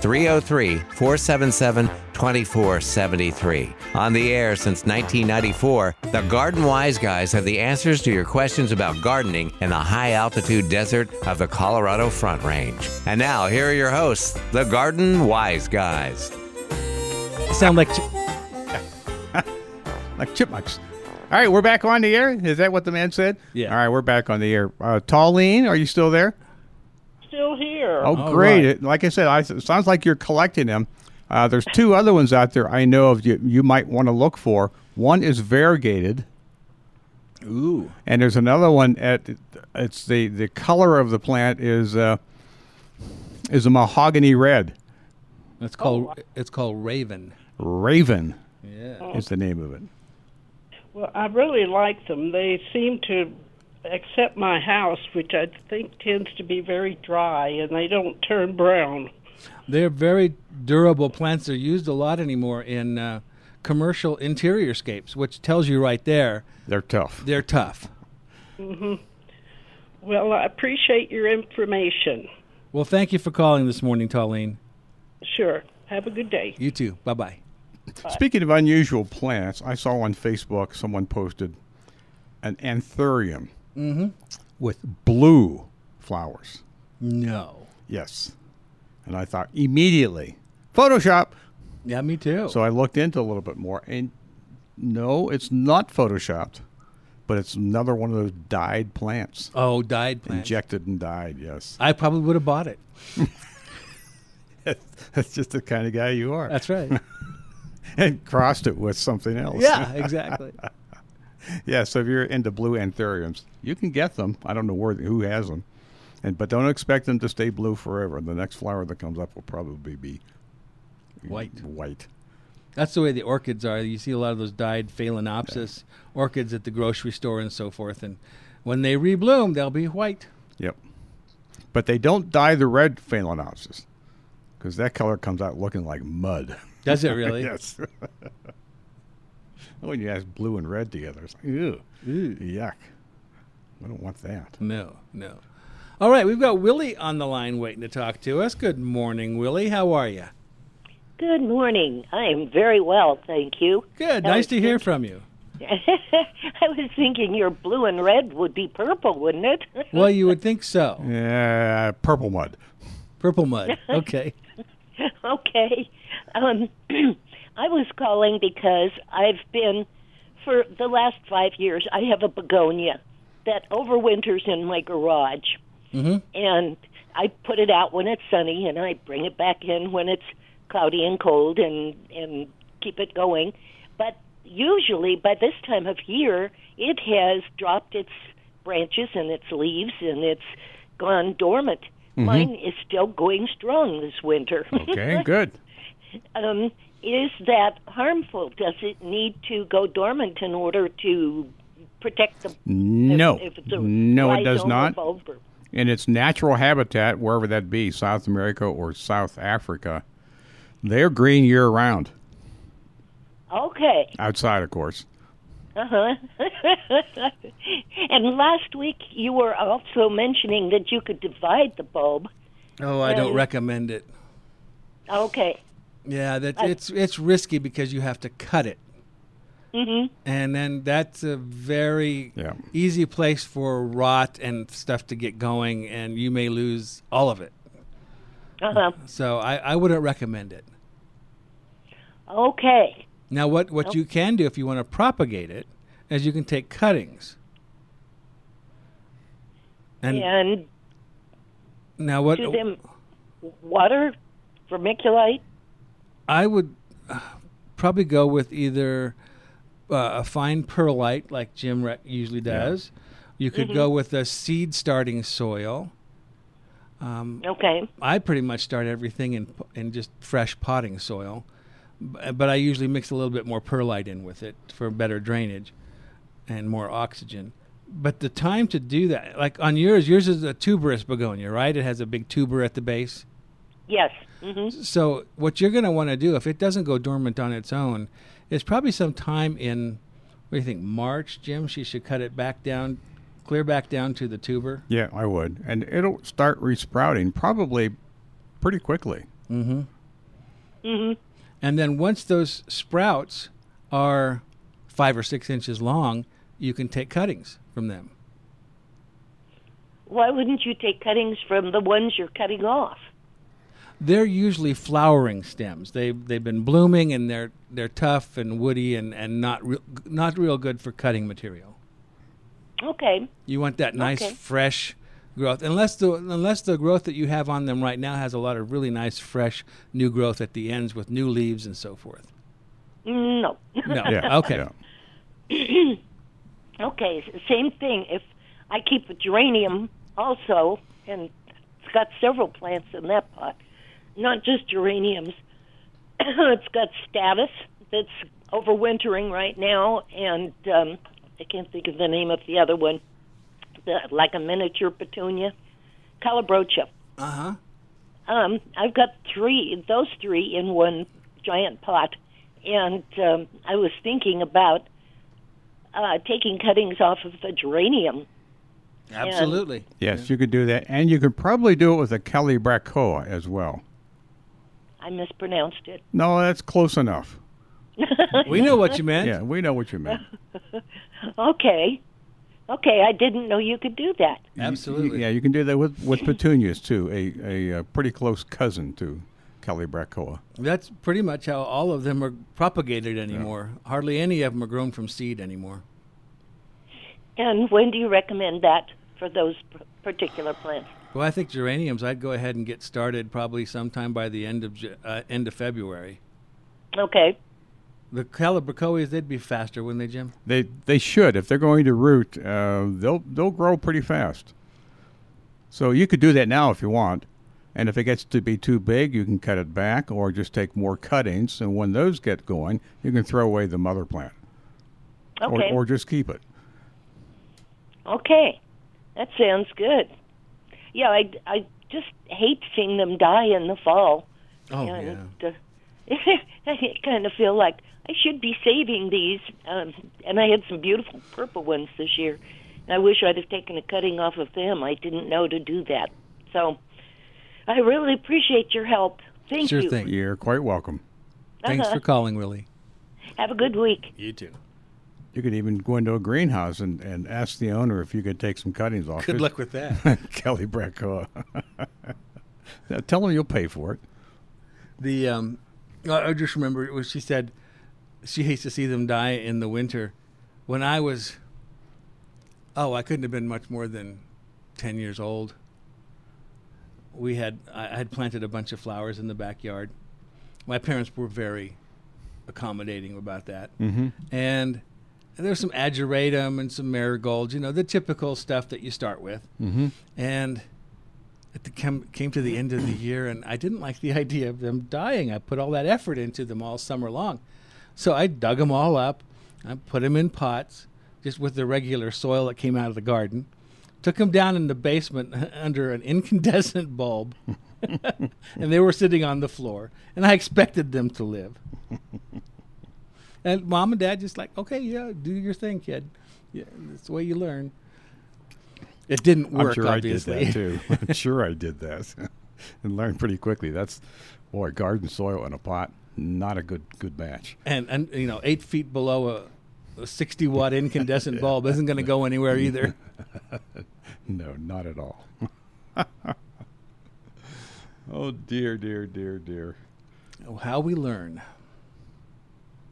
303 477 2473. On the air since 1994, the Garden Wise Guys have the answers to your questions about gardening in the high altitude desert of the Colorado Front Range. And now, here are your hosts, the Garden Wise Guys. Sound like like chipmunks. All right, we're back on the air. Is that what the man said? Yeah. All right, we're back on the air. Uh, Tallene, are you still there? Still here. Oh, All great! right. It, like I said, I, it sounds like you're collecting them. Uh, there's two other ones out there I know of you, you might want to look for. One is variegated, ooh. and there's another one at it's the the color of the plant is uh, is a mahogany red. It's called it's called Raven. Raven Yeah. is the name of it. Well, I really like them. They seem to, except my house, which I think tends to be very dry, and they don't turn brown. They're very durable plants. They're used a lot anymore in uh, commercial interior scapes, which tells you right there They're tough. they're tough. Mm-hmm. Well, I appreciate your information. Well, thank you for calling this morning, Tallene. Sure. Have a good day. You too. Bye bye. Speaking of unusual plants, I saw on Facebook someone posted an anthurium with blue flowers. No. Yes. And I thought immediately, Photoshop. Yeah, me too. So I looked into a little bit more, and no, it's not Photoshopped, but it's another one of those dyed plants. oh, dyed plants. Injected and dyed, yes. I probably would have bought it. That's just the kind of guy you are. That's right. and crossed it with something else. yeah, exactly. Yeah, so if you're into blue anthuriums, you can get them. I don't know where who has them, and but don't expect them to stay blue forever. The next flower that comes up will probably be White. White. That's the way the orchids are. You see a lot of those dyed phalaenopsis orchids at the grocery store and so forth. And when they rebloom, they'll be white. Yep. But they don't dye the red phalaenopsis because that color comes out looking like mud. Does it really? yes. when you add blue and red together, it's like, ew, yuck. I don't want that. No, no. All right, we've got Willie on the line waiting to talk to us. Good morning, Willie. How are you? Good morning. I am very well, thank you. Good. I nice was to hear from you. think- I was thinking your blue and red would be purple, wouldn't it? Well, you would think so. Yeah, purple mud. Purple mud. Okay. okay. Um, I was calling because I've been, for the last five years, I have a begonia that overwinters in my garage. Mm-hmm. And I put it out when it's sunny, and I bring it back in when it's cloudy and cold and, and keep it going. But usually by this time of year, it has dropped its branches and its leaves and it's gone dormant. Mm-hmm. Mine is still going strong this winter. Hmm. Okay, good. um, is that harmful? Does it need to go dormant in order to protect the? No. if it's a No, it does rhizome not. bulb or- in its natural habitat, wherever that be, South America or South Africa, they're green year round. Okay. Outside, of course. Uh-huh. And last week you were also mentioning that you could divide the bulb. Oh, I don't recommend it. Okay. Yeah, that it's it's risky because you have to cut it. Mm-hmm. And then that's a very Yeah. easy place for rot and stuff to get going, and you may lose all of it. Uh-huh. So I, I wouldn't recommend it. Okay. Now, what, what you can do if you want to propagate it is you can take cuttings. And And now, what do them water, vermiculite. I would uh, probably go with either uh, a fine perlite, like Jim re- usually does. You could go with a seed starting soil. Um, Okay. I pretty much start everything in p- in just fresh potting soil, b- but I usually mix a little bit more perlite in with it for better drainage. and more oxygen. But the time to do that, like on yours, yours is a tuberous begonia, right? It has a big tuber at the base. Yes. hmm So what you're going to want to do if it doesn't go dormant on its own is probably sometime in what do you think March, Jim? She should cut it back down, clear back down to the tuber. Yeah, I would. And it'll start resprouting probably pretty quickly. And then once those sprouts are five or six inches long, you can take cuttings from them. Why wouldn't you take cuttings from the ones you're cutting off? They're usually flowering stems. They they've been blooming and they're they're tough and woody and and not real not real good for cutting material. Okay. You want that nice Okay. fresh growth, unless the unless the growth that you have on them right now has a lot of really nice fresh new growth at the ends with new leaves and so forth. No. No, Yeah. okay, yeah. Okay, s- same thing. If I keep a geranium also, and it's got several plants in that pot, not just geraniums. it's got status that's overwintering right now, and um, I can't think of the name of the other one, the, like a miniature petunia, calabrocha. uh huh, Um, I've got three, those three in one giant pot, and um, I was thinking about uh, taking cuttings off of the geranium. absolutely. Yes, you could do that. And you could probably do it with a Calibrachoa as well. I mispronounced it. No, that's close enough. We know what you meant. Yeah, we know what you meant. Okay, okay, I didn't know you could do that. Absolutely. Yeah, you can do that with, with petunias too, a, a, uh pretty close cousin to Calibrachoa. That's pretty much how all of them are propagated anymore. Hardly any of them are grown from seed anymore. And when do you recommend that for those p- particular plants? Well, I think geraniums. I'd go ahead and get started probably sometime by the end of Ju- uh, end of February. Okay, The calibrachoas, they'd be faster, wouldn't they, Jim? They they should if they're going to root, uh, they'll they'll grow pretty fast. So you could do that now if you want, and if it gets to be too big, you can cut it back or just take more cuttings. And when those get going, you can throw away the mother plant okay, or or just keep it. okay. That sounds good. Yeah, I, I just hate seeing them die in the fall. Oh and uh, I kind of feel like I should be saving these. Um, and I had some beautiful purple ones this year, and I wish I'd have taken a cutting off of them. I didn't know to do that, so I really appreciate your help. Thank Sure you. Uh-huh. thing. You're quite welcome. Thanks for calling, Willie. Have a good week. You too. You could even go into a greenhouse and, and ask the owner if you could take some cuttings off. Good it. luck with that. Kelly Bracco. now, tell him you'll pay for it. the um, I I just remember it was she said she hates to see them die in the winter. When I was oh, I couldn't have been much more than ten years old. We had I I had planted a bunch of flowers in the backyard. My parents were very accommodating about that, mm-hmm. and there was some ageratum and some marigolds, you know, the typical stuff that you start with. Mm-hmm. And it the- came, came to the end of the year, and I didn't like the idea of them dying. I put all that effort into them all summer long. So I dug them all up. I put them in pots, just with the regular soil that came out of the garden. Took them down in the basement under an incandescent bulb, and they were sitting on the floor. And I expected them to live. and mom and dad just like, okay, yeah, do your thing, kid. Yeah, that's the way you learn. It didn't work. I'm sure obviously. I did that too. I'm sure I did that and learned pretty quickly. That's boy, garden soil in a pot, not a good good match. and and you know eight feet below a, a 60 watt incandescent bulb isn't going to go anywhere either No, not at all. oh dear, dear, dear, dear. Oh, how we learn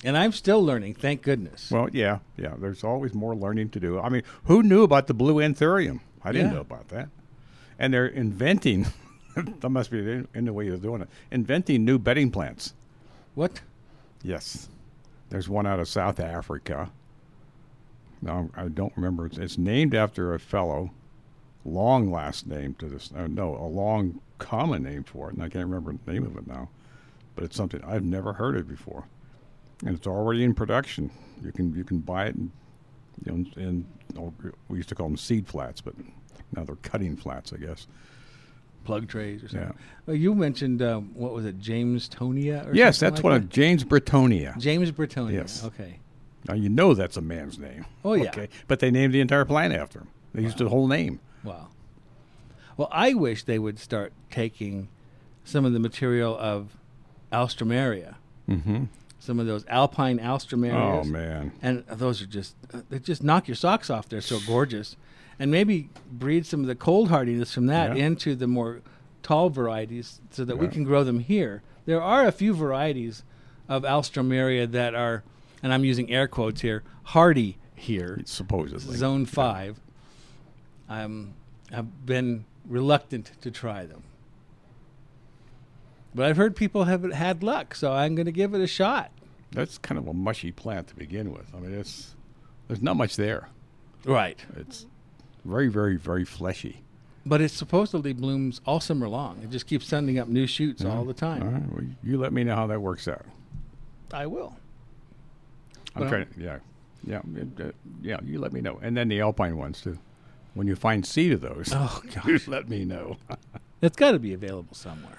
and i'm still learning thank goodness Well, yeah, yeah. There's always more learning to do. I mean, who knew about the blue anthurium? I didn't Yeah. know about that. And they're inventing. that must be the in the way you're doing it. Inventing new bedding plants. what Yes. There's one out of South Africa. No, I don't remember. It's, it's named after a fellow. Long last name to this. Uh, no, a long common name for it, and I can't remember the name of it now. But it's something I've never heard of before, and it's already in production. You can you can buy it and And, and oh, we used to call them seed flats, but now they're cutting flats, I guess. plug trays or something. Yeah. Well, you mentioned um, what was it, James Tonia? Or Yes, something that's like one of James Britonia. that? James Britonia. Yes. Okay. Now you know that's a man's name. Oh, yeah. Okay, but they named the entire planet after him. They used the whole name. Wow. Well, I wish they would start taking some of the material of Alstroemeria, mm-hmm. some of those alpine Alstroemerias. Oh man, And those are just uh, they just knock your socks off. They're so gorgeous, and maybe breed some of the cold hardiness from that Yeah. into the more tall varieties, so that we Yeah. can grow them here. There are a few varieties of Alstroemeria that are, and I'm using air quotes here, hardy here supposedly. zone five. I'm I've been reluctant to try them, but I've heard people have had luck, so I'm going to give it a shot. That's kind of a mushy plant to begin with. I mean, it's there's not much there. Right, It's very, very, very fleshy. but it supposedly blooms all summer long. It just keeps sending up new shoots all the time. All right, well, you let me know how that works out. I will. I'm Well- trying. To, yeah, yeah, it- uh, yeah. You let me know, and then the alpine ones too. When you find seed of those, Oh, you let me know. It's got to be available somewhere.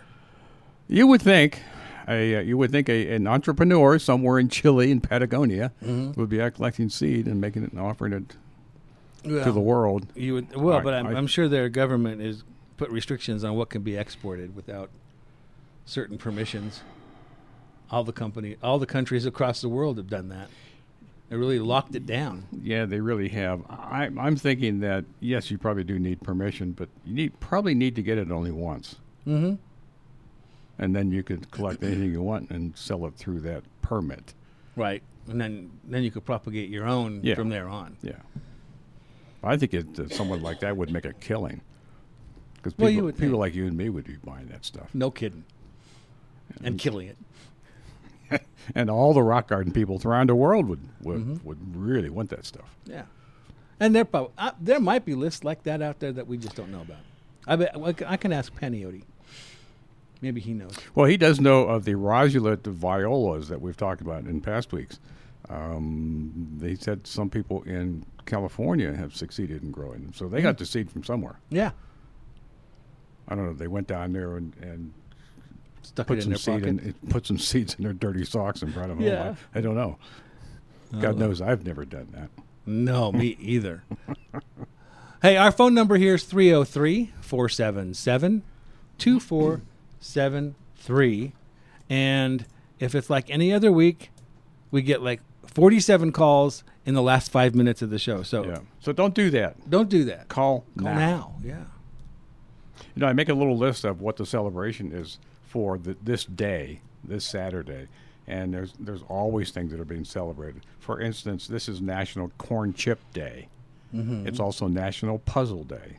You would think, a, uh, you would think a, an entrepreneur somewhere in Chile and Patagonia Mm-hmm. would be out collecting seed and making it and offering it to the world. You would well, I- but I'm, I, I- am i am sure their government is put restrictions on what can be exported without certain permissions. All the company, all the countries across the world have done that. They really locked it down. Yeah, they really have. I, I'm thinking that yes, you probably do need permission, but you need probably need to get it only once, Mm-hmm. and then you could collect anything you want and sell it through that permit. Right, and then then you could propagate your own Yeah. from there on. Yeah, I think it, that someone like that would make a killing because people, Well, you would people think. like you and me would be buying that stuff, No kidding, and killing it. and all the rock garden people around the world would would, Mm-hmm. would really want that stuff. Yeah, and there prob- uh, there might be lists like that out there that we just don't know about. I bet I c- I can ask Paniotti. Maybe he knows. Well, he does know of the Rosulate violas that we've talked about in past weeks. Um, they said some people in California have succeeded in growing them, so they Mm-hmm. got the seed from somewhere. Yeah, I don't know. They went down there and, and stuck put it in some their seed pocket. in, put some seeds in their dirty socks and brought them Yeah. home. I, I don't know. God knows I've never done that. No, me either. hey, our phone number here is 303 477 2473. And if it's like any other week, we get like 47 calls in the last five minutes of the show. So Yeah. So don't do that. don't do that. Call, Call now. now. Yeah. You know, I make a little list of what the celebration is for the, this day, this Saturday, and there's there's always things that are being celebrated. For instance, this is National Corn Chip Day. Mm-hmm. It's also National Puzzle Day,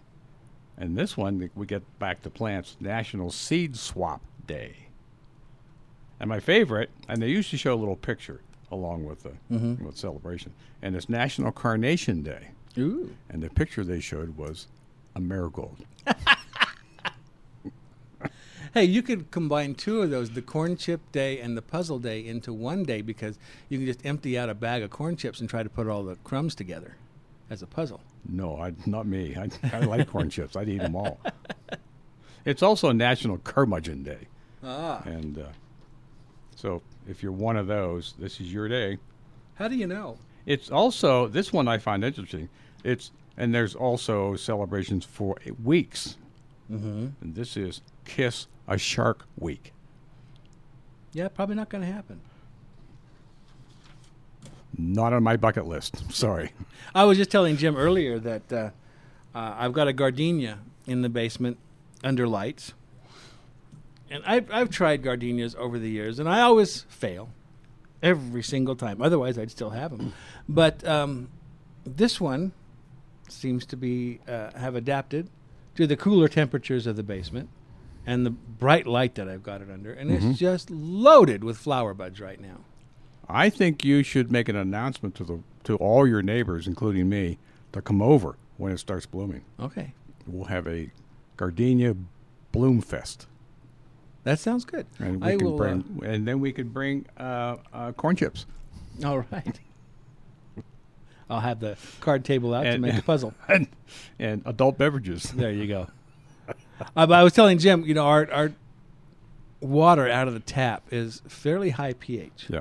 and this one we get back to plants. National Seed Swap Day, and my favorite, and they used to show a little picture along with the with celebration, and it's National Carnation Day, Ooh. and the picture they showed was a marigold. Hey, you could combine two of those, the corn chip day and the puzzle day, into one day because you can just empty out a bag of corn chips and try to put all the crumbs together as a puzzle. No, I, not me. I, I like corn chips. I'd eat them all. It's also National Curmudgeon Day. Ah. And uh, so if you're one of those, this is your day. How do you know? It's also, this one I find interesting. It's, and there's also celebrations for weeks. Mm-hmm. And this is Kiss a Shark Week. Yeah, probably not going to happen. Not on my bucket list. Sorry. I was just telling Jim earlier that uh, uh, I've got a gardenia in the basement under lights, and I've, I've tried gardenias over the years, and I always fail every single time. Otherwise, I'd still have them. But um, this one seems to be uh, have adapted to the cooler temperatures of the basement and the bright light that I've got it under, and it's just loaded with flower buds right now. I think you should make an announcement to, the, to all your neighbors, including me, to come over when it starts blooming. Okay. we'll have a gardenia bloom fest That sounds good. and we I can will. uh, bring and then we could bring uh, uh, corn chips All right. I'll have the card table out to And- make a puzzle. and, and adult beverages. There you go. uh, but I was telling Jim, you know, our our water out of the tap is fairly high pH, Yeah.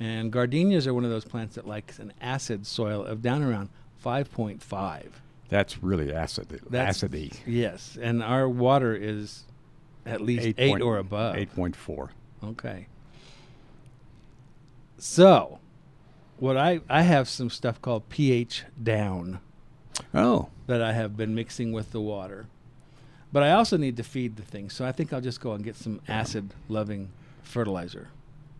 and gardenias are one of those plants that likes an acid soil of down around five point five. That's really acid. E. acidy. Yes, and our water is at least eight, point- or above. 8.4. Okay. So, what I I have some stuff called pH down Oh. that I have been mixing with the water. But I also need to feed the thing, so I think I'll just go and get some acid loving fertilizer.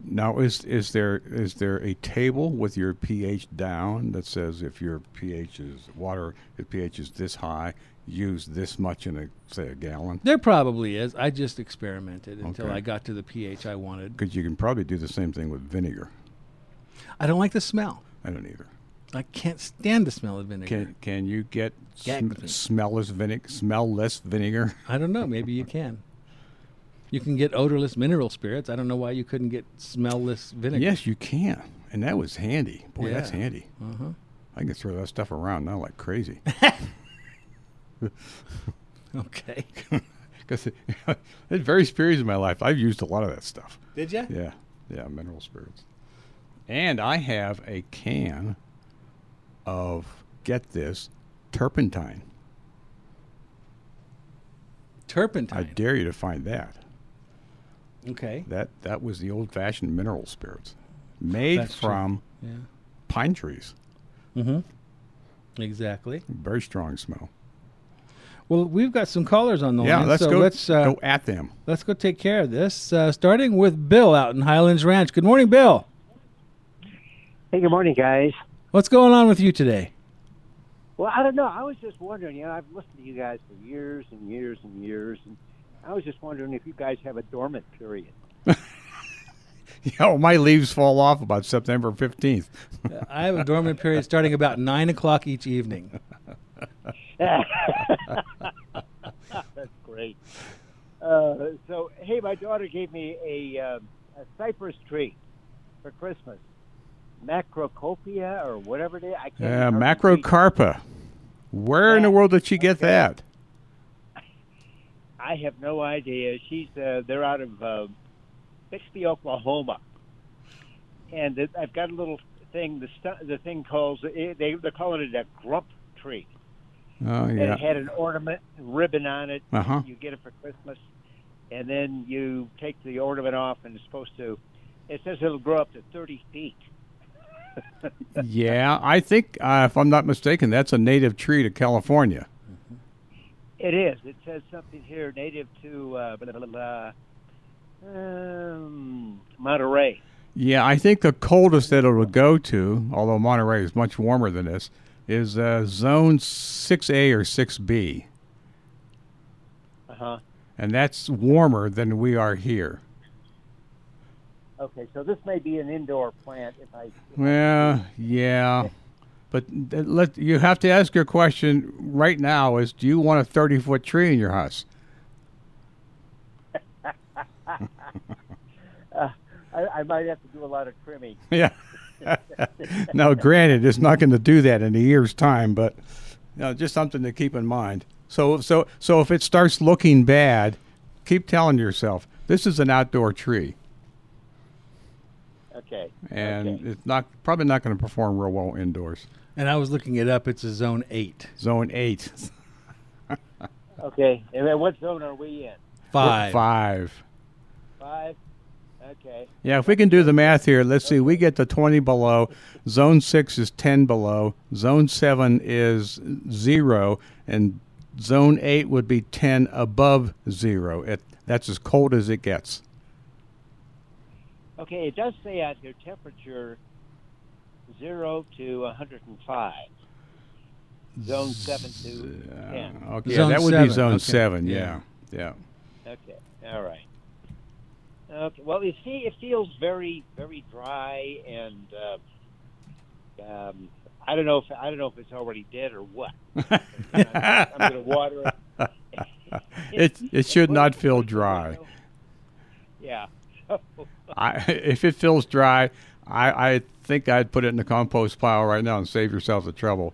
Now is is there is there a table with your pH down that says if your pH is water if pH is this high, use this much in a say a gallon? There probably is. I just experimented until Okay. I got to the pH I wanted. Because you can probably do the same thing with vinegar. I don't like the smell. I don't either. I can't stand the smell of vinegar. Can can you get sm- Gag me. smellless vinegar? Smellless vinegar? I don't know. Maybe you can. You can get odorless mineral spirits. I don't know why you couldn't get smellless vinegar. yes, you can. And that was handy. Boy, that's Yeah. handy. Uh-huh. I can throw that stuff around now like crazy. Okay. Because at various periods of my life, I've used a lot of that stuff. Did you? Yeah, yeah, mineral spirits. And I have a can of get this turpentine. I Turpentine. dare you to find that. Okay. That that was the old-fashioned mineral spirits, made That's true. from Yeah. Mm-hmm. pine trees. Exactly. Very strong smell. Well, we've got some callers on the yeah, line, let's so go. let's uh, go at them. let's go take care of this. Uh, starting with Bill out in Highlands Ranch. Good morning, Bill. Hey, good morning, guys. What's going on with you today? Well, I don't know. I was just wondering. You know, I've listened to you guys for years and years and years, and I was just wondering if you guys have a dormant period. Yo, my leaves fall off about September fifteenth. I have a dormant period starting about nine o'clock each evening. That's great. Uh, so, hey, my daughter gave me a, um a cypress tree for Christmas. Macrocopia or whatever it is. I can't Uh, remember. macrocarpa. Where in the world did she get that? I have no idea. She's uh, they're out of uh, Bixby, Oklahoma, and it, I've got a little thing. The stu- the thing calls it, they they're calling it a grump tree, Oh and it yeah. had an ornament ribbon on it. Uh-huh. You get it for Christmas, and then you take the ornament off, and it's supposed to. It says it'll grow up to thirty feet. Yeah, I think uh, if I'm not mistaken, that's a native tree to California. It is. It says something here native to uh, blah, blah, blah, blah, um, Monterey. Yeah, I think the coldest that it'll go to, although Monterey is much warmer than this, is uh, zone 6A or 6B. Uh huh. And that's warmer than we are here. Okay, so this may be an indoor plant if I. Well, yeah. But th- let you have to ask your question right now is do you want a 30 foot tree in your house? I, I might have to do a lot of trimming. Yeah. now, granted, it's not going to do that in a year's time, but you know, just something to keep in mind. So, so, so if it starts looking bad, keep telling yourself this is an outdoor tree, Okay. and okay. it's not probably not going to perform real well indoors. And I was looking it up. It's a zone eight, Zone eight, okay. And then what zone are we in? five. five. Five. Okay. Yeah, if we can do the math here, let's see. We get to 20 below. Zone 6 is 10 below. Zone 7 is 0. And zone 8 would be 10 above 0. It, that's as cold as it gets. Okay. It does say out here temperature zero to 105. Zone seven to ten. Okay, Zone that would seven, be zone okay. 7. Yeah. Yeah. Yeah. Okay. All right. Okay. Well, you see, it feels very, very dry, and uh, um, I don't know if I don't know if it's already dead or what. I'm going to water it. It, it should Well, not feel dry. Yeah. So, I, if it feels dry, I, I think I'd put it in the compost pile right now and save yourself the trouble.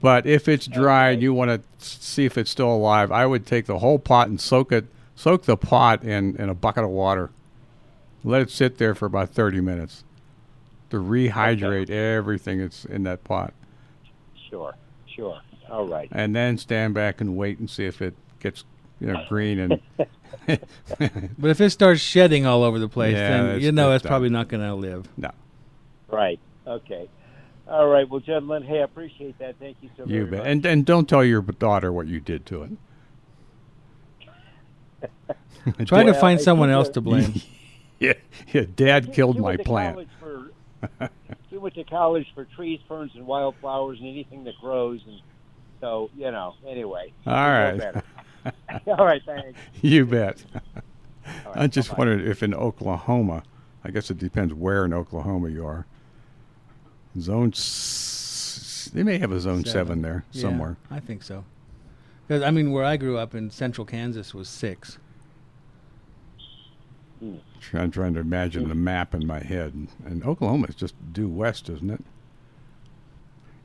But if it's dry and you want to see if it's still alive, I would take the whole pot and soak it, soak the pot in, in a bucket of water. Let it sit there for about 30 minutes to rehydrate everything that's in that pot. Sure, sure. All right. And then stand back and wait and see if it gets you know, green and But if it starts shedding all over the place, Yeah, then that's- you know that's it's probably not going to live. no. Right. Okay. All right. Well, gentlemen, hey, I appreciate that. Thank you so You very bet. much. And, and don't tell your daughter what you did to it. Try to Well, find I someone think else that- to blame. yeah, yeah, Dad killed She my went to plant. college For, she went to college for trees, ferns, and wildflowers, and anything that grows. And so, you know. Anyway. All you know right. better. All right. Thanks. You bet. All right, I just bye-bye. wondered if in Oklahoma, I guess it depends where in Oklahoma you are. Zone, s- they may have a zone seven, there Yeah, somewhere. I think so. 'Cause, I mean, where I grew up in central Kansas was six. Try- I'm trying to imagine the map in my head, and Oklahoma is just due west, isn't it?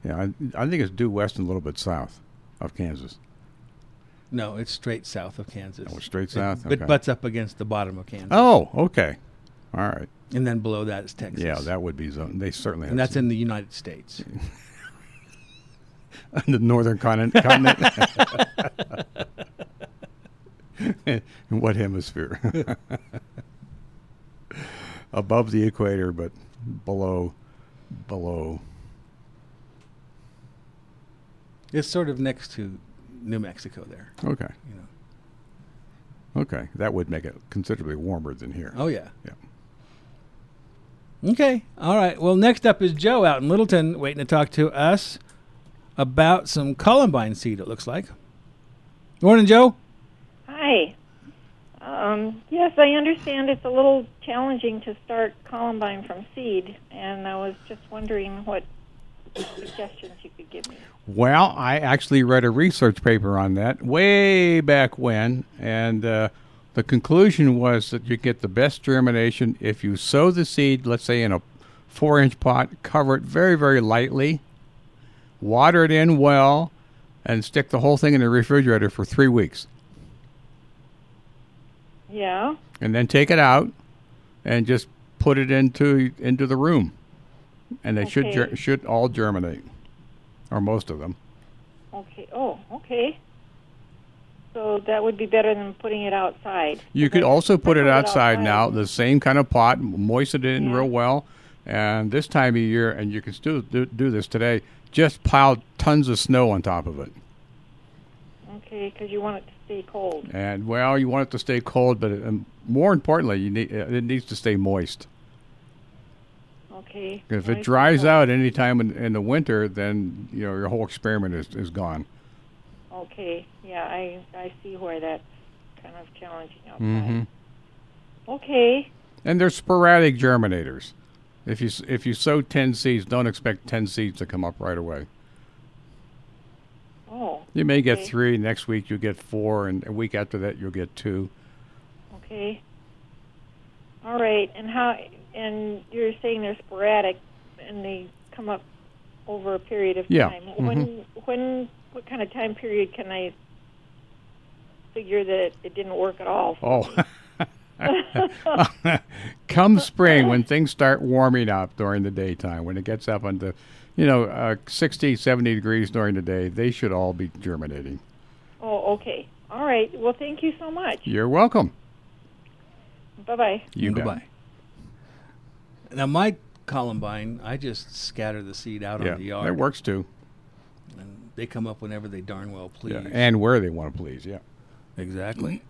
Yeah, I, I think it's due west and a little bit south of Kansas. No, it's straight south of Kansas. Oh, straight It- south? But Okay. butts up against the bottom of Kansas. Oh, okay, all right. And then below that is Texas. Yeah, that would be zone. They certainly and have that's in the United States. in the northern continent. continent. in what hemisphere? Above the equator, but below, below. It's sort of next to New Mexico there, Okay, you know. okay, that would make it considerably warmer than here. Oh yeah. Yeah. Okay. All right. Well, next up is Joe out in Littleton waiting to talk to us about some columbine seed it looks like. Morning, Joe. Hi. Um, yes, I understand it's a little challenging to start columbine from seed, and I was just wondering what suggestions you could give me. Well, I actually read a research paper on that way back when, and uh, the conclusion was that you get the best germination if you sow the seed, let's say in a four inch pot, cover it very, very lightly, water it in well, and stick the whole thing in the refrigerator for three weeks. Yeah. And then take it out and just put it into into the room. And they should ger- Okay. should all germinate, or most of them. Okay. Oh, okay. So that would be better than putting it outside. You could Okay. also put I it outside now, the same kind of pot, moisten it in Yeah. real well. And this time of year, and you can still do, do this today, just pile tons of snow on top of it. Okay, because you want it to stay cold. And well, you want it to stay cold, but it, and more importantly, you need, it needs to stay moist. Okay. If Nice it and dries cold. out any time in, in the winter, then you know your whole experiment is, is gone. Okay. Yeah, I I see where that's kind of challenging outside. Okay. And they're sporadic germinators. If you s- if you sow ten seeds, don't expect ten seeds to come up right away. Oh. You may get Okay. three. Next week you'll get four, and a week after that you'll get two. Okay. All right, and how? And you're saying they're sporadic, and they come up over a period of Yeah, Mm-hmm. time. When? When? What kind of time period can I figure that it didn't work at all? Oh. Come spring, when things start warming up during the daytime, when it gets up into, you know, uh, 60, 70 degrees during the day, they should all be germinating. Oh, okay. All right. Well, thank you so much. You're welcome. Bye bye. You bet. Goodbye. Now my columbine, I just scatter the seed out Yeah, on the yard. that works too. And they come up whenever they darn well please. Yeah, and where they want to please. Yeah. exactly.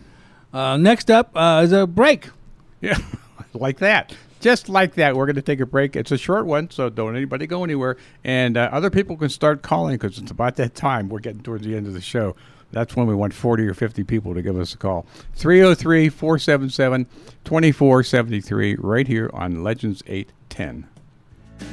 uh, next up uh, is a break. Yeah, like that. Just like that, we're going to take a break. It's a short one, so don't anybody go anywhere. And uh, other people can start calling because it's about that time. We're getting towards the end of the show. That's when we want 40 or 50 people to give us a call. 303 477 2473, right here on Legends 810.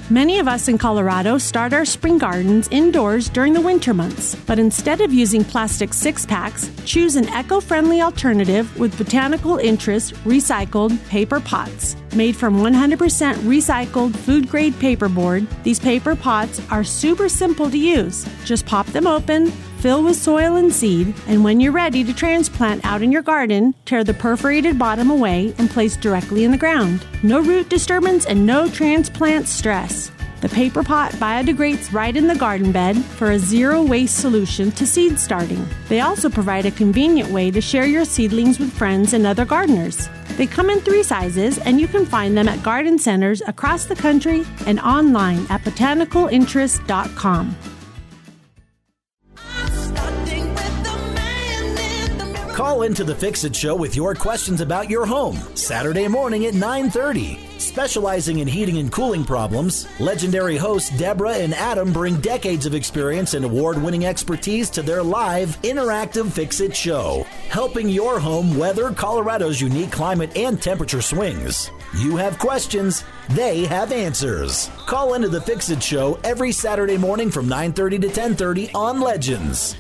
Many of us in Colorado start our spring gardens indoors during the winter months, but instead of using plastic six packs, choose an eco friendly alternative with botanical interest recycled paper pots. Made from 100% recycled food grade paperboard, these paper pots are super simple to use. Just pop them open, fill with soil and seed, and when you're ready to transplant out in your garden, tear the perforated bottom away and place directly in the ground. No root disturbance and no transplant stress. The paper pot biodegrades right in the garden bed for a zero waste solution to seed starting. They also provide a convenient way to share your seedlings with friends and other gardeners. They come in three sizes, and you can find them at garden centers across the country and online at botanicalinterest.com. Call into the Fix It Show with your questions about your home Saturday morning at 9:30. Specializing in heating and cooling problems, legendary hosts Deborah and Adam bring decades of experience and award-winning expertise to their live interactive Fix It Show, helping your home weather Colorado's unique climate and temperature swings. You have questions, they have answers. Call into the Fix It Show every Saturday morning from 9:30 to 10:30 on Legends.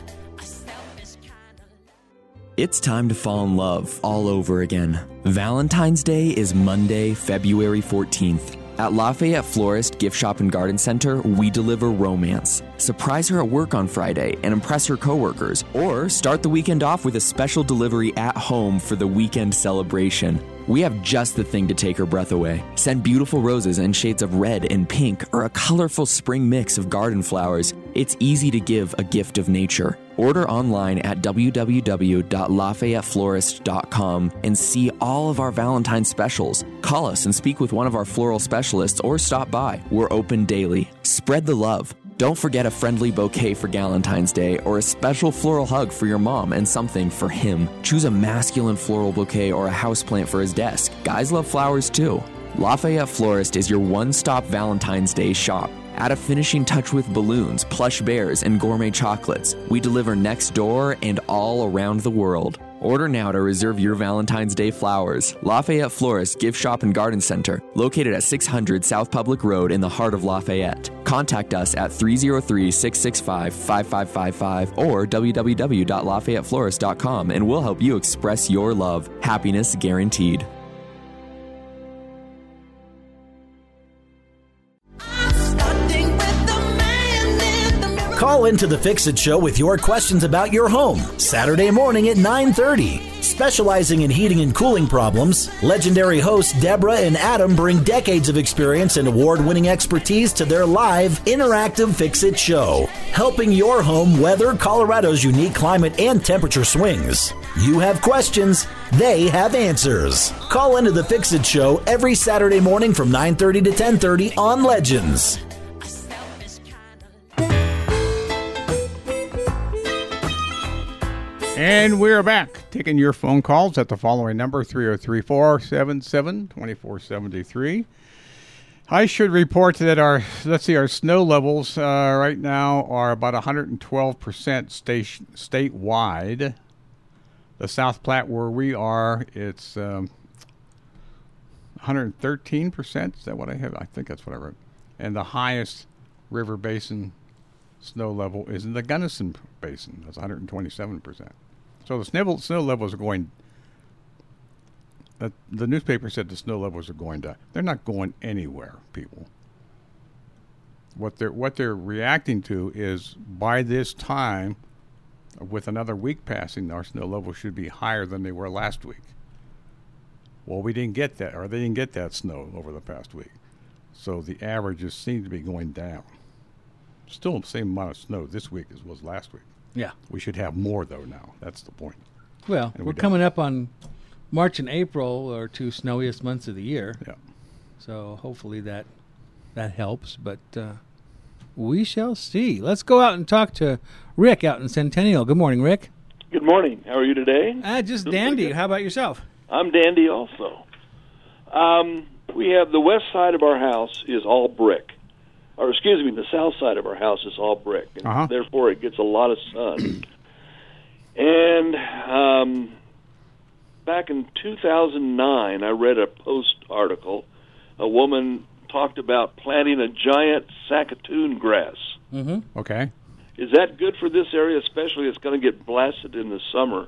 It's time to fall in love all over again. Valentine's Day is Monday, February 14th. At Lafayette Florist Gift Shop and Garden Center, we deliver romance. Surprise her at work on Friday and impress her coworkers, or start the weekend off with a special delivery at home for the weekend celebration. We have just the thing to take her breath away. Send beautiful roses in shades of red and pink or a colorful spring mix of garden flowers. It's easy to give a gift of nature. Order online at www.lafayetteflorist.com and see all of our Valentine specials. Call us and speak with one of our floral specialists or stop by. We're open daily. Spread the love. Don't forget a friendly bouquet for Valentine's Day or a special floral hug for your mom and something for him. Choose a masculine floral bouquet or a houseplant for his desk. Guys love flowers too. Lafayette Florist is your one stop Valentine's Day shop. Add a finishing touch with balloons, plush bears, and gourmet chocolates. We deliver next door and all around the world. Order now to reserve your Valentine's Day flowers. Lafayette Florist Gift Shop and Garden Center, located at 600 South Public Road in the heart of Lafayette. Contact us at 303 665 5555 or www.lafayetteflorist.com and we'll help you express your love. Happiness guaranteed. Call into the Fix It Show with your questions about your home Saturday morning at 9:30. Specializing in heating and cooling problems, legendary hosts Deborah and Adam bring decades of experience and award-winning expertise to their live interactive Fix It Show, helping your home weather Colorado's unique climate and temperature swings. You have questions, they have answers. Call into the Fix It Show every Saturday morning from 9:30 to 10:30 on Legends. And we're back taking your phone calls at the following number 303 477 2473. I should report that our, let's see, our snow levels uh, right now are about 112% station, statewide. The South Platte, where we are, it's um, 113%. Is that what I have? I think that's what I wrote. And the highest river basin snow level is in the Gunnison Basin. That's 127%. So the snow, snow levels are going. The, the newspaper said the snow levels are going down. They're not going anywhere, people. What they're what they're reacting to is by this time, with another week passing, our snow levels should be higher than they were last week. Well, we didn't get that, or they didn't get that snow over the past week, so the averages seem to be going down. Still, the same amount of snow this week as was last week. Yeah. We should have more though now. That's the point. Well, And we we're don't. coming up on March and April are two snowiest months of the year. Yeah. So hopefully that that helps, but uh, we shall see. Let's go out and talk to Rick out in Centennial. Good morning, Rick. Good morning. How are you today? Ah, just Doing pretty dandy. good. How about yourself? I'm dandy also. Um, we have the west side of our house is all brick, or excuse me, the south side of our house is all brick, and Uh-huh. therefore it gets a lot of sun. and um, back in 2009, I read a Post article. A woman talked about planting a giant Saskatoon grass. Mm-hmm. Okay. Is that good for this area? Especially, it's going to get blasted in the summer.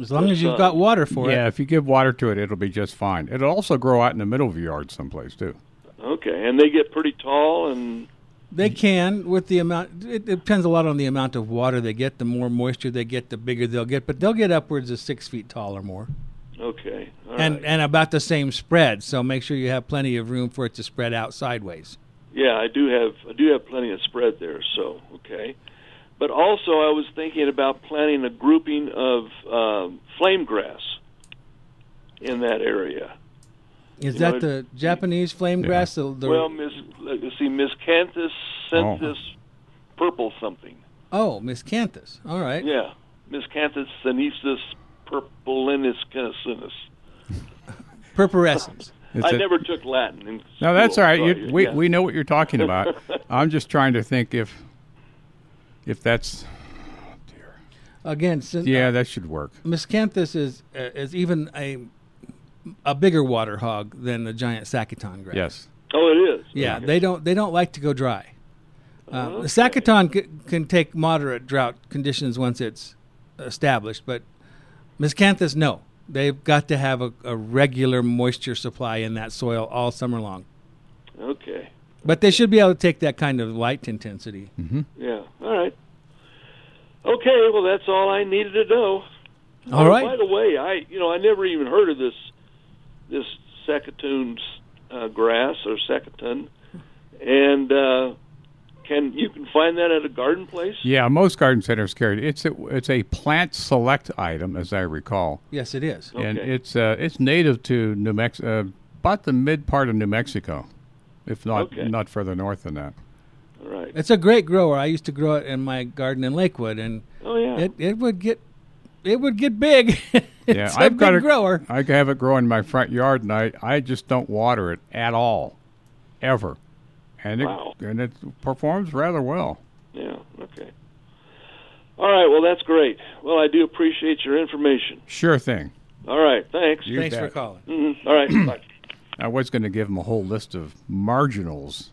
As long as you've got water for yeah, it. if you give water to it, it'll be just fine. It'll also grow out in the middle of your yard someplace too. Okay, and they get pretty tall and They can with the amount. It, it depends a lot on the amount of water they get. The more moisture they get, the bigger they'll get. But they'll get upwards of six feet tall or more, okay. all right. and and about the same spread. So make sure you have plenty of room for it to spread out sideways. Yeah, I do have I do have plenty of spread there, so okay. But also, I was thinking about planting a grouping of um, flame grass in that area. Is You that know, the Japanese flame grass? The, the well, Miss, let me see, Miscanthus sensis Oh. purple something. oh, miscanthus. All right. Yeah, Miscanthus senesis purpulinis canasinus. Purpurescence. I It's a- never took Latin. In No, that's school, all right. so You, I- we yeah. we know what you're talking about. I'm just trying to think if if that's oh, Again, since yeah, that should work. miscanthus is uh, is even a a bigger water hog than the giant sacaton grass. Yes. Oh, it is. Oh, Yeah, they don't they don't like to go dry. Um, The Sacaton c- can take moderate drought conditions once it's established, but Miscanthus, no. They've got to have a, a regular moisture supply in that soil all summer long. Okay. But they should be able to take that kind of light intensity. Mm-hmm. Yeah. All right. Okay. Well, that's all I needed to know. All Oh, right. By the way, I you know I never even heard of this this Secatoon's uh, grass or Secaton, and uh, can you can find that at a garden place? Yeah, most garden centers carry it. It's a, it's a plant select item, as I recall, Yes, it is. and it's uh, it's native to New Mexico, uh, about the mid part of New Mexico, if not Okay. not further north than that. All right. It's a great grower. I used to grow it in my garden in Lakewood, and Oh, yeah. it, it would get it would get big. Yeah, It's a I've got big a grower. I have it growing in my front yard, and I, I just don't water it at all, ever, and it Wow. and it performs rather well. Yeah. Okay. All right. Well, that's great. Well, I do appreciate your information. Sure thing. All right. Thanks. Mm-hmm. You Thanks for bet. calling. All right. bye. I was going to give them a whole list of marginals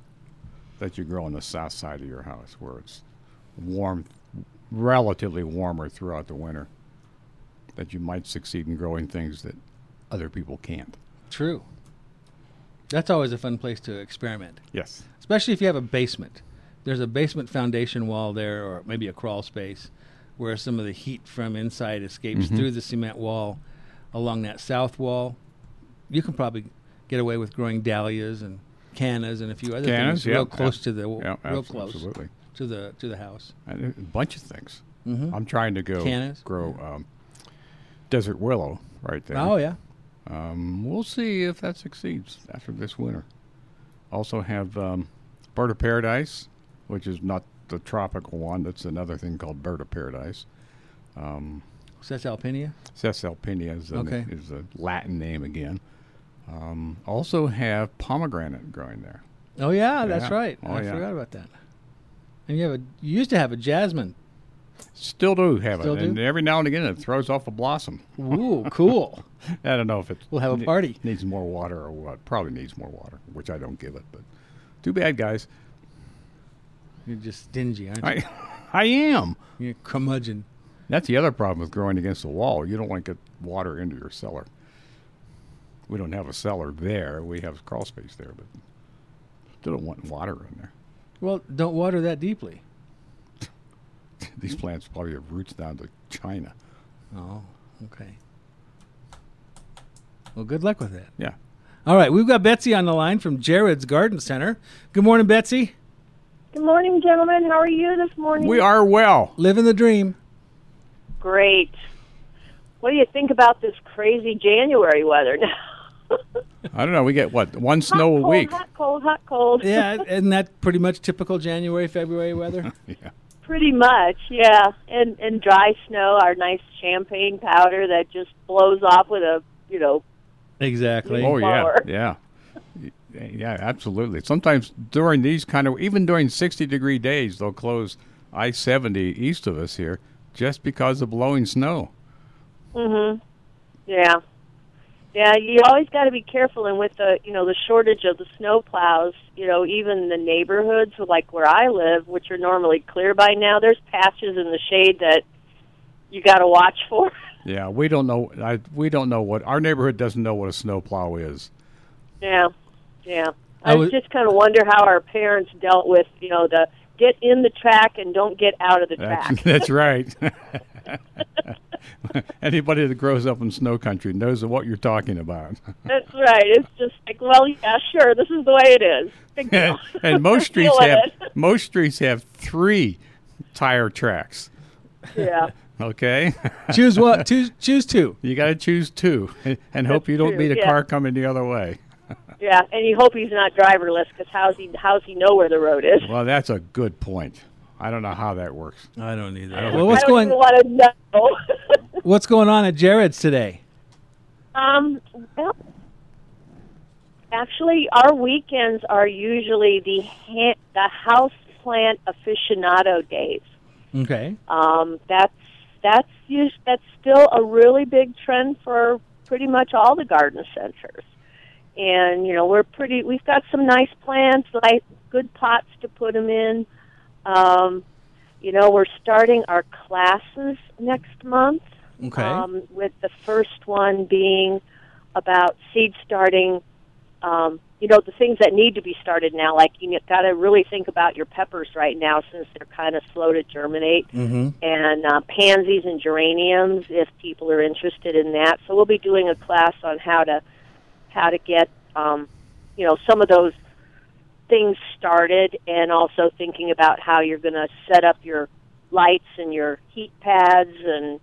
that you grow on the south side of your house, where it's warm, relatively warmer throughout the winter. That you might succeed in growing things that other people can't. True. That's always a fun place to experiment. Yes. Especially if you have a basement. There's a basement foundation wall there, or maybe a crawl space, where some of the heat from inside escapes Mhm. through the cement wall along that south wall. You can probably get away with growing dahlias and cannas and a few other Cannas, things yeah, real close ab- to the yeah, real abs- close absolutely. to the to the house. I do a bunch of things. Mhm. I'm trying to go Cannas. grow um, desert willow right there. Oh, yeah. Um, we'll see if that succeeds after this winter. Also have um, bird of paradise, which is not the tropical one. That's another thing called bird of paradise. Um, So that's Alpinia. Cesalpinia is, the Okay. is the Latin name again. Um, also have pomegranate growing there. Oh yeah, that's Yeah. right. Oh, I yeah. forgot about that. And you have a you used to have a jasmine. Still do have Still it, do? and every now and again it throws off a blossom. Ooh, cool. I don't know if it We'll have a ne- party. needs more water or what. Probably needs more water, which I don't give it. But too bad, guys. You're just stingy, aren't you? I I am. You're a curmudgeon. That's the other problem with growing against the wall. You don't want to get water into your cellar. We don't have a cellar there. We have crawl space there, but still don't want water in there. Well, don't water that deeply. These plants probably have roots down to China. Hmm. Oh, okay. Well, good luck with that. Yeah. All right, we've got Betsy on the line from Jared's Garden Center. Good morning, Betsy. Good morning, gentlemen. How are you this morning? We are well. Living the dream. great. What do you think about this crazy January weather? I don't know. We get what one snow a week. hot, cold, hot, cold. Yeah, isn't that pretty much typical January, February weather? yeah. pretty much. Yeah, and and dry snow, our nice champagne powder that just blows off with a you know Exactly. Oh yeah, Flower. yeah, Y- yeah. Absolutely. Sometimes during these kind of, even during sixty degree days, they'll close I seventy east of us here just because of blowing snow. Mhm. Yeah. Yeah, you always got to be careful and with the, you know, the shortage of the snow plows, you know, even the neighborhoods like where I live, which are normally clear by now, there's patches in the shade that you got to watch for. Yeah, we don't know. I, we don't know what our neighborhood doesn't know what a snowplow is. Yeah, yeah. I I, was- just kind of wonder how our parents dealt with, you know, the get in the track and don't get out of the That's, track. that's right. Anybody that grows up in snow country knows what you're talking about. That's right. It's just like, well, yeah, sure. This is the way it is. Big deal. and most Deal streets with have it. most streets have three tire tracks. Yeah. Okay. Choose what? choose choose two. You got to choose two, and, and hope you don't true, meet a yeah. car coming the other way. Yeah, and you hope he's not driverless because how's he how's he know where the road is? Well, that's a good point. I don't know how that works. I don't either. don't Well, I don't what's think it- going even want to know. What's going on at Jared's today? Um, well, actually, our weekends are usually the ha- the house plant aficionado days. Okay. Um, that's that's us- that's still a really big trend for pretty much all the garden centers. And you know, we're pretty. We've got some nice plants, like good pots to put them in. Um, you know, we're starting our classes next month. Okay. Um, with the first one being about seed starting. Um, you know, the things that need to be started now, like you got to really think about your peppers right now since they're kind of slow to germinate Mm-hmm. and uh, pansies and geraniums if people are interested in that. So we'll be doing a class on how to how to get um, you know some of those things started, and also thinking about how you're going to set up your lights and your heat pads and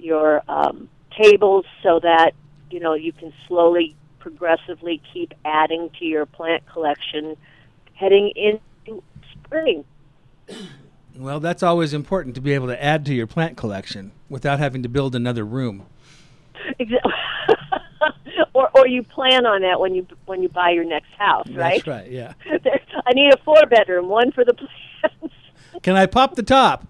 your um, tables so that you know you can slowly progressively keep adding to your plant collection heading into spring. Well, that's always important to be able to add to your plant collection without having to build another room. Exactly. or or you plan on that when you when you buy your next house, right? That's right. Yeah. There- I need a four bedroom, one for the plants. Can I pop the top?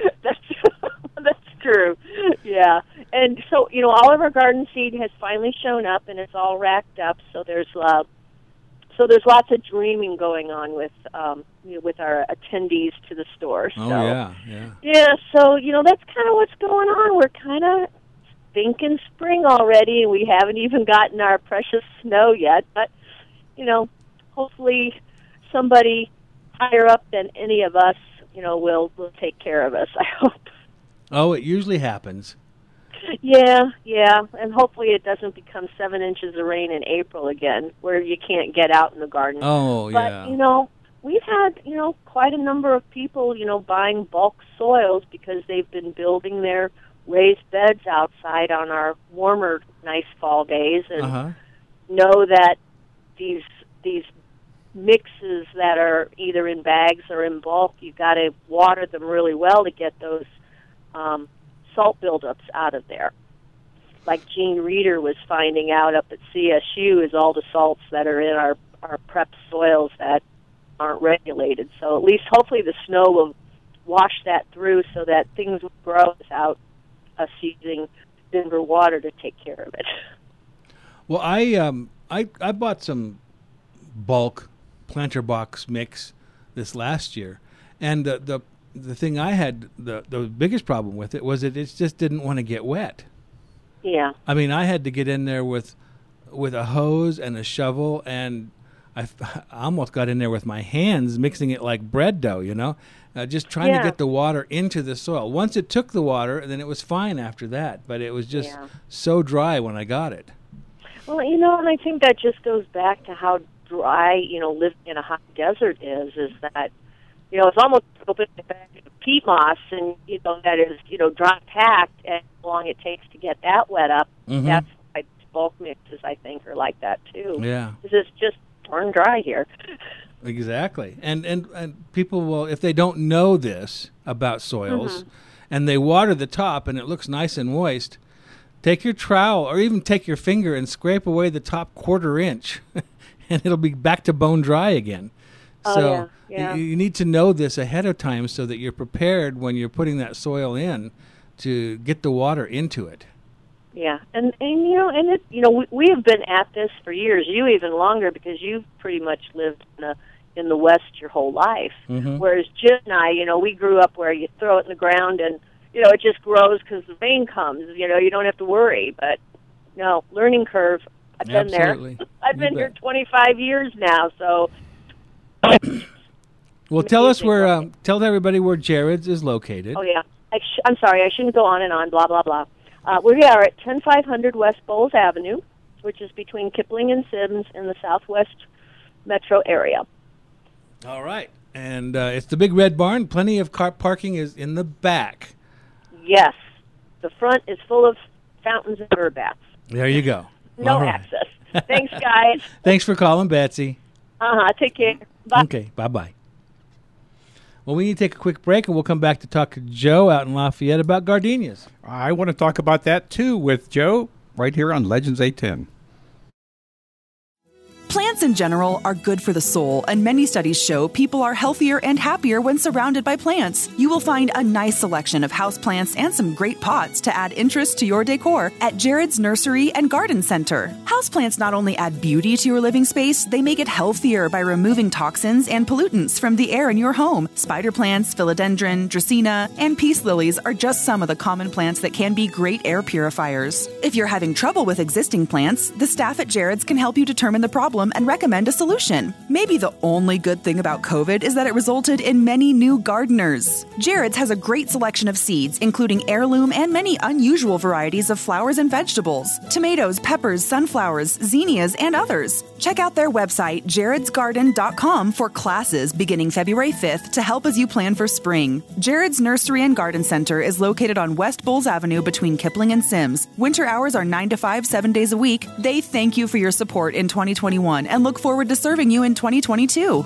That's true. Yeah. And so, you know, all of our garden seed has finally shown up and it's all racked up, so there's uh, so there's lots of dreaming going on with um you know, with our attendees to the store. So Oh yeah, yeah. Yeah, so you know that's kind of what's going on. We're kind of thinking spring already, and we haven't even gotten our precious snow yet. But you know, hopefully somebody higher up than any of us, you know, will will take care of us. I hope. Oh, it usually happens. yeah, yeah, and hopefully it doesn't become seven inches of rain in April again, where you can't get out in the garden. Oh but yeah. you know, we've had you know quite a number of people you know buying bulk soils because they've been building their raised beds outside on our warmer, nice fall days, and huh. Uh-huh. know that these these mixes that are either in bags or in bulk, you've got to water them really well to get those um, salt buildups out of there. Like Gene Reeder was finding out up at CSU, is all the salts that are in our our prep soils that aren't regulated. So at least hopefully the snow will wash that through so that things will grow without us using Denver water to take care of it. Well, I um I I bought some bulk planter box mix this last year, and the the the thing I had the the biggest problem with it was that it just didn't want to get wet. Yeah. I mean, I had to get in there with with a hose and a shovel, and I, f- I almost got in there with my hands mixing it like bread dough, you know, uh, just trying Yeah. to get the water into the soil. Once it took the water, then it was fine after that, but it was just Yeah. so dry when I got it. Well, you know, and I think that just goes back to how dry, you know, living in a hot desert is, is that, you know, it's almost like opening a bag of peat moss and, you know, that is, you know, dry packed and how long it takes to get that wet up. Mhm. That's why bulk mixes, I think, are like that too. Yeah. 'Cause It's just darn dry here. Exactly. And and and people will if they don't know this about Mm-hmm. soils and they water the top and it looks nice and moist, take your trowel or even take your finger and scrape away the top quarter inch and it'll be back to bone dry again. Oh, so yeah, yeah. y- You, need to know this ahead of time so that you're prepared when you're putting that soil in to get the water into it. Yeah, and and you know, and it you know, we, we have been at this for years. You even longer because you've pretty much lived in the in the West your whole life. Mhm. Mm-hmm. Whereas Jim and I, you know, we grew up where you throw it in the ground and you know, it just grows because the rain comes. You know, you don't have to worry. But no, learning curve. I've been Absolutely. there. I've You been bet. here 25 years now, so Well, tell us where. Um, tell everybody where Jared's is located. Oh yeah. I sh- I'm sorry. I shouldn't go on and on. Blah blah blah. Uh, we are at 10500 West Bowles Avenue, which is between Kipling and Sims in the Southwest Metro area. All right. And uh, it's the big red barn. Plenty of car parking is in the back. Yes, the front is full of fountains and bird baths. There you go. No All right. access. Thanks, guys. Thanks for calling, Betsy. Uh huh. Take care. Bye. Okay, bye bye. Well, we need to take a quick break, and we'll come back to talk to Joe out in Lafayette about gardenias. I want to talk about that too with Joe right here on Legends 810. Plants in general are good for the soul, and many studies show people are healthier and happier when surrounded by plants. You will find a nice selection of houseplants and some great pots to add interest to your decor at Jared's Nursery and Garden Center. Houseplants not only add beauty to your living space, they make it healthier by removing toxins and pollutants from the air in your home. Spider plants, philodendron, dracaena, and peace lilies are just some of the common plants that can be great air purifiers. If you're having trouble with existing plants, the staff at Jared's can help you determine the problem and recommend a solution. Maybe the only good thing about COVID is that it resulted in many new gardeners. Jared's has a great selection of seeds, including heirloom and many unusual varieties of flowers and vegetables, tomatoes, peppers, sunflowers, zinnias, and others. Check out their website, jaredsgarden.com, for classes beginning February 5th to help as you plan for spring. Jared's Nursery and Garden Center is located on West Bulls Avenue between Kipling and Sims. Winter hours are 9 to 5, 7 days a week. They thank you for your support in 2021 and look forward to serving you in 2022.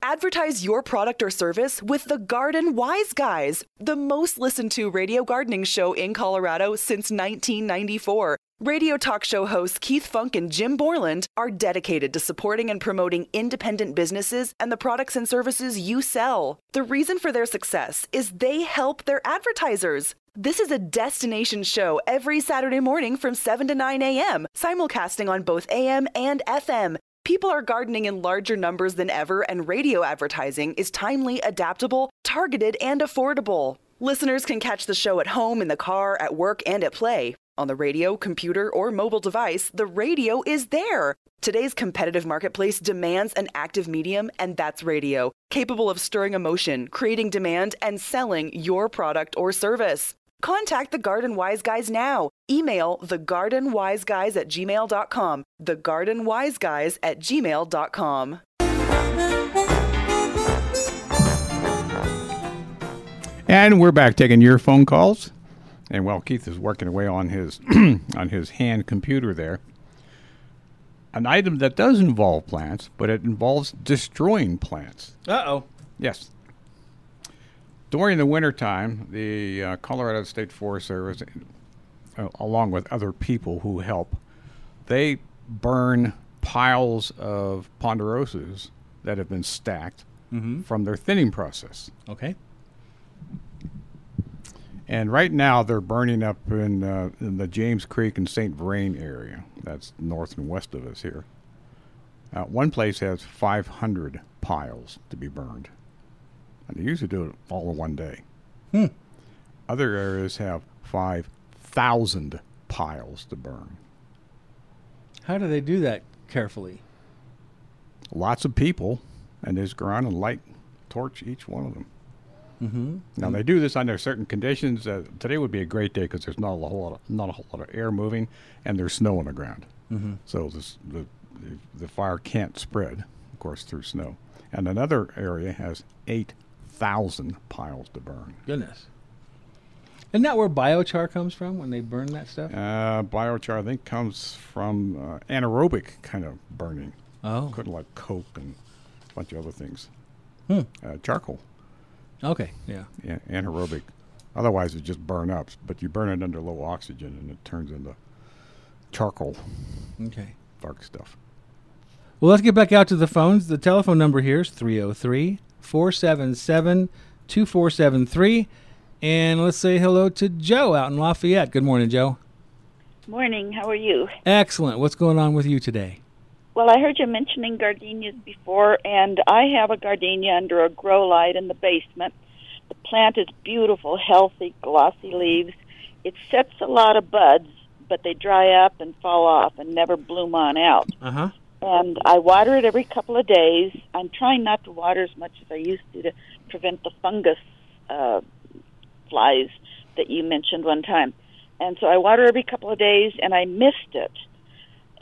Advertise your product or service with the Garden Wise Guys, the most listened to radio gardening show in Colorado since 1994. Radio talk show hosts Keith Funk and Jim Borland are dedicated to supporting and promoting independent businesses and the products and services you sell. The reason for their success is they help their advertisers. This is a destination show every Saturday morning from 7 to 9 a.m., simulcasting on both AM and FM. People are gardening in larger numbers than ever, and radio advertising is timely, adaptable, targeted, and affordable. Listeners can catch the show at home, in the car, at work, and at play. On the radio, computer, or mobile device, the radio is there. Today's competitive marketplace demands an active medium, and that's radio, capable of stirring emotion, creating demand, and selling your product or service. Contact the Garden Wise Guys now. Email thegardenwiseguys at gmail.com. Thegardenwiseguys at gmail.com. And we're back taking your phone calls. And while Keith is working away on his on his hand computer there, an item that does involve plants, but it involves destroying plants. Uh oh. Yes. During the wintertime, the uh, Colorado State Forest Service, uh, along with other people who help, they burn piles of ponderosas that have been stacked from their thinning process. Okay. And right now, they're burning up in, uh, in the James Creek and St. Vrain area. That's north and west of us here. Uh, one place has 500 piles to be burned. And they usually do it all in one day. Hmm. Other areas have 5,000 piles to burn. How do they do that carefully? Lots of people, and they just go around and light torch each one of them. Mm-hmm. Now they do this under certain conditions. Uh, today would be a great day because there's not a whole lot, of, not a whole lot of air moving, and there's snow on the ground, Mhm. so this, the the- the fire can't spread, of course, through snow. And another area has eight thousand piles to burn. Goodness. Isn't that where biochar comes from when they burn that stuff? Uh, biochar, I think, comes from uh, anaerobic kind of burning. Oh. Couldn't like coke and a bunch of other things. Hmm. Uh, charcoal. Okay. Yeah. Yeah, anaerobic. Otherwise, it just burn up. But you burn it under low oxygen, and it turns into charcoal, Okay. dark stuff. Well, let's get back out to the phones. The telephone number here is 303 477 2473. And let's say hello to Joe out in Lafayette. Good morning, Joe. Morning. How are you? Excellent. What's going on with you today? Well, I heard you mentioning gardenias before, and I have a gardenia under a grow light in the basement. The plant is beautiful, healthy, glossy leaves. It sets a lot of buds, but they dry up and fall off and never bloom on out. Uh huh. And I water it every couple of days. I'm trying not to water as much as I used to to prevent the fungus uh, flies that you mentioned one time. And so I water every couple of days, and I missed it.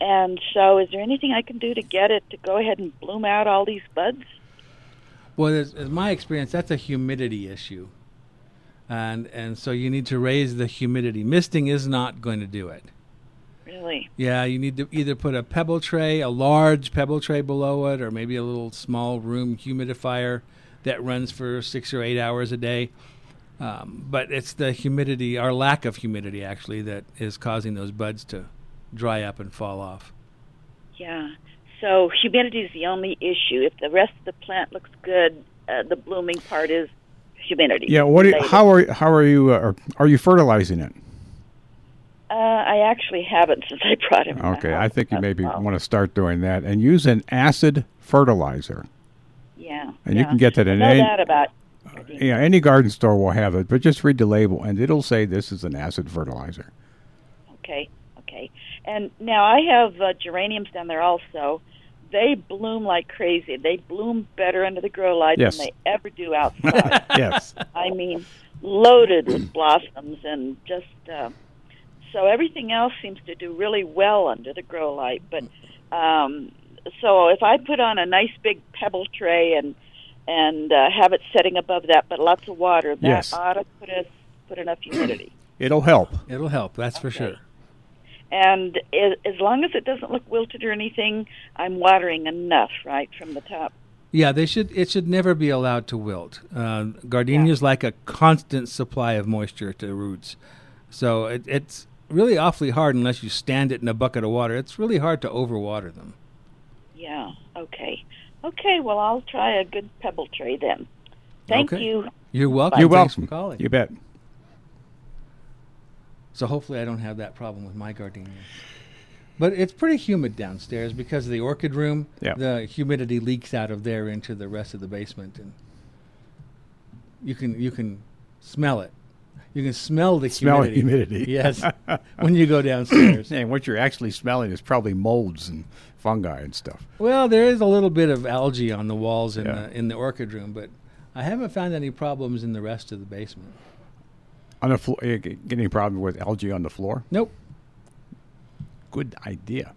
And so, is there anything I can do to get it to go ahead and bloom out all these buds? Well, as, as my experience, that's a humidity issue, and and so you need to raise the humidity. Misting is not going to do it. Really? Yeah, you need to either put a pebble tray, a large pebble tray below it, or maybe a little small room humidifier that runs for six or eight hours a day. Um, but it's the humidity, our lack of humidity, actually, that is causing those buds to dry up and fall off. Yeah. So humidity is the only issue. If the rest of the plant looks good, uh, the blooming part is humidity. Yeah. What? Do you, related. how are how are you? Uh, are- are you fertilizing it? Uh, I actually haven't since I brought him. Okay. I think you maybe want to start doing that and use an acid fertilizer. Yeah. And you yeah. can get that in I know any- that about. Yeah, any garden store will have it, but just read the label and it'll say this is an acid fertilizer. Okay. Okay. And now I have uh, geraniums down there also. They bloom like crazy. They bloom better under the grow light Yes. than they ever do outside. Yes. I mean, loaded with blossoms and just uh, so everything else seems to do really well under the grow light. But um, so if I put on a nice big pebble tray and and uh, have it setting above that, but lots of water, that Yes. ought to put us put enough humidity. It'll help. It'll help. That's for sure. and a- as long as it doesn't look wilted or anything, I'm watering enough right from the top. Yeah, they should. It should never be allowed to wilt. Uh, gardenias like a constant supply of moisture to roots, so it, it's really awfully hard unless you stand it in a bucket of water. It's really hard to overwater them. Yeah. Okay. Okay. Well, I'll try a good pebble tray then. Thank Okay. you. You're welcome. You're Thanks for welcome. calling. You bet. So hopefully I don't have that problem with my gardenia. But it's pretty humid downstairs because of the orchid room. Yeah. The humidity leaks out of there into the rest of the basement and you can you can smell it. You can smell the Smell humidity. humidity. Yes. when you go downstairs. and what you're actually smelling is probably molds and fungi and stuff. Well, there is a little bit of algae on the walls in Yeah. the in the orchid room, but I haven't found any problems in the rest of the basement. On the floor, eh, get any problem with algae on the floor? Nope. Good idea.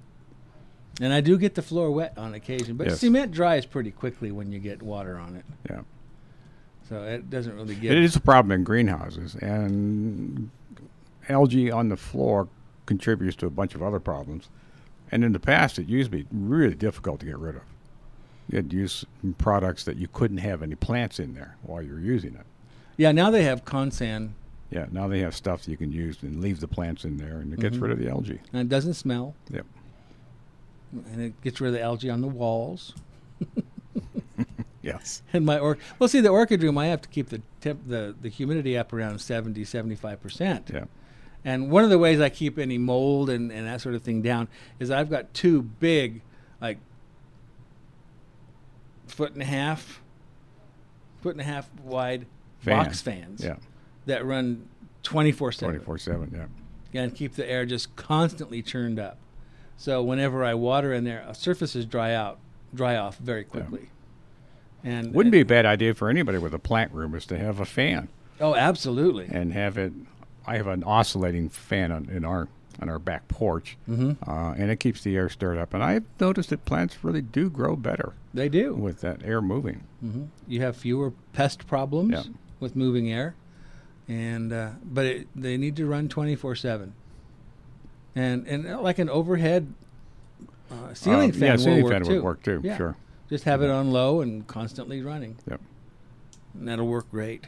And I do get the floor wet on occasion, but Yes. cement dries pretty quickly when you get water on it. Yeah. So it doesn't really get. It is a problem in greenhouses, and algae on the floor contributes to a bunch of other problems. And in the past, it used to be really difficult to get rid of. You had to use products that you couldn't have any plants in there while you were using it. Yeah, now they have consan Yeah, now they have stuff that you can use and leave the plants in there, and it gets Mhm. rid of the algae. and it doesn't smell Yep. and it gets rid of the algae on the walls. Yes. And my orc well, see the orchid room, I have to keep the temp the, the humidity up around 70, 75 percent. Yeah. And one of the ways I keep any mold and, and that sort of thing down is I've got two big, like foot and a half, foot and a half wide Fan. box fans Yeah. that run twenty four seven. 24 7, yeah. and keep the air just constantly churned up. So whenever I water in there, uh, surfaces dry out, dry off very quickly. And Wouldn't be a bad idea for anybody with a plant room is to have a fan oh, absolutely. and have it. I have an oscillating fan on, in our on our back porch, Mhm. uh, and it keeps the air stirred up. And I've noticed that plants really do grow better They do. with that air moving. hmm You have fewer pest problems Yeah. with moving air, and uh, but it, they need to run twenty four seven. And and uh, like an overhead uh, ceiling Uh, fan, yeah, will ceiling work fan too. would work too. Yeah. Sure. Just have it on low and constantly running. Yep. And that'll work great.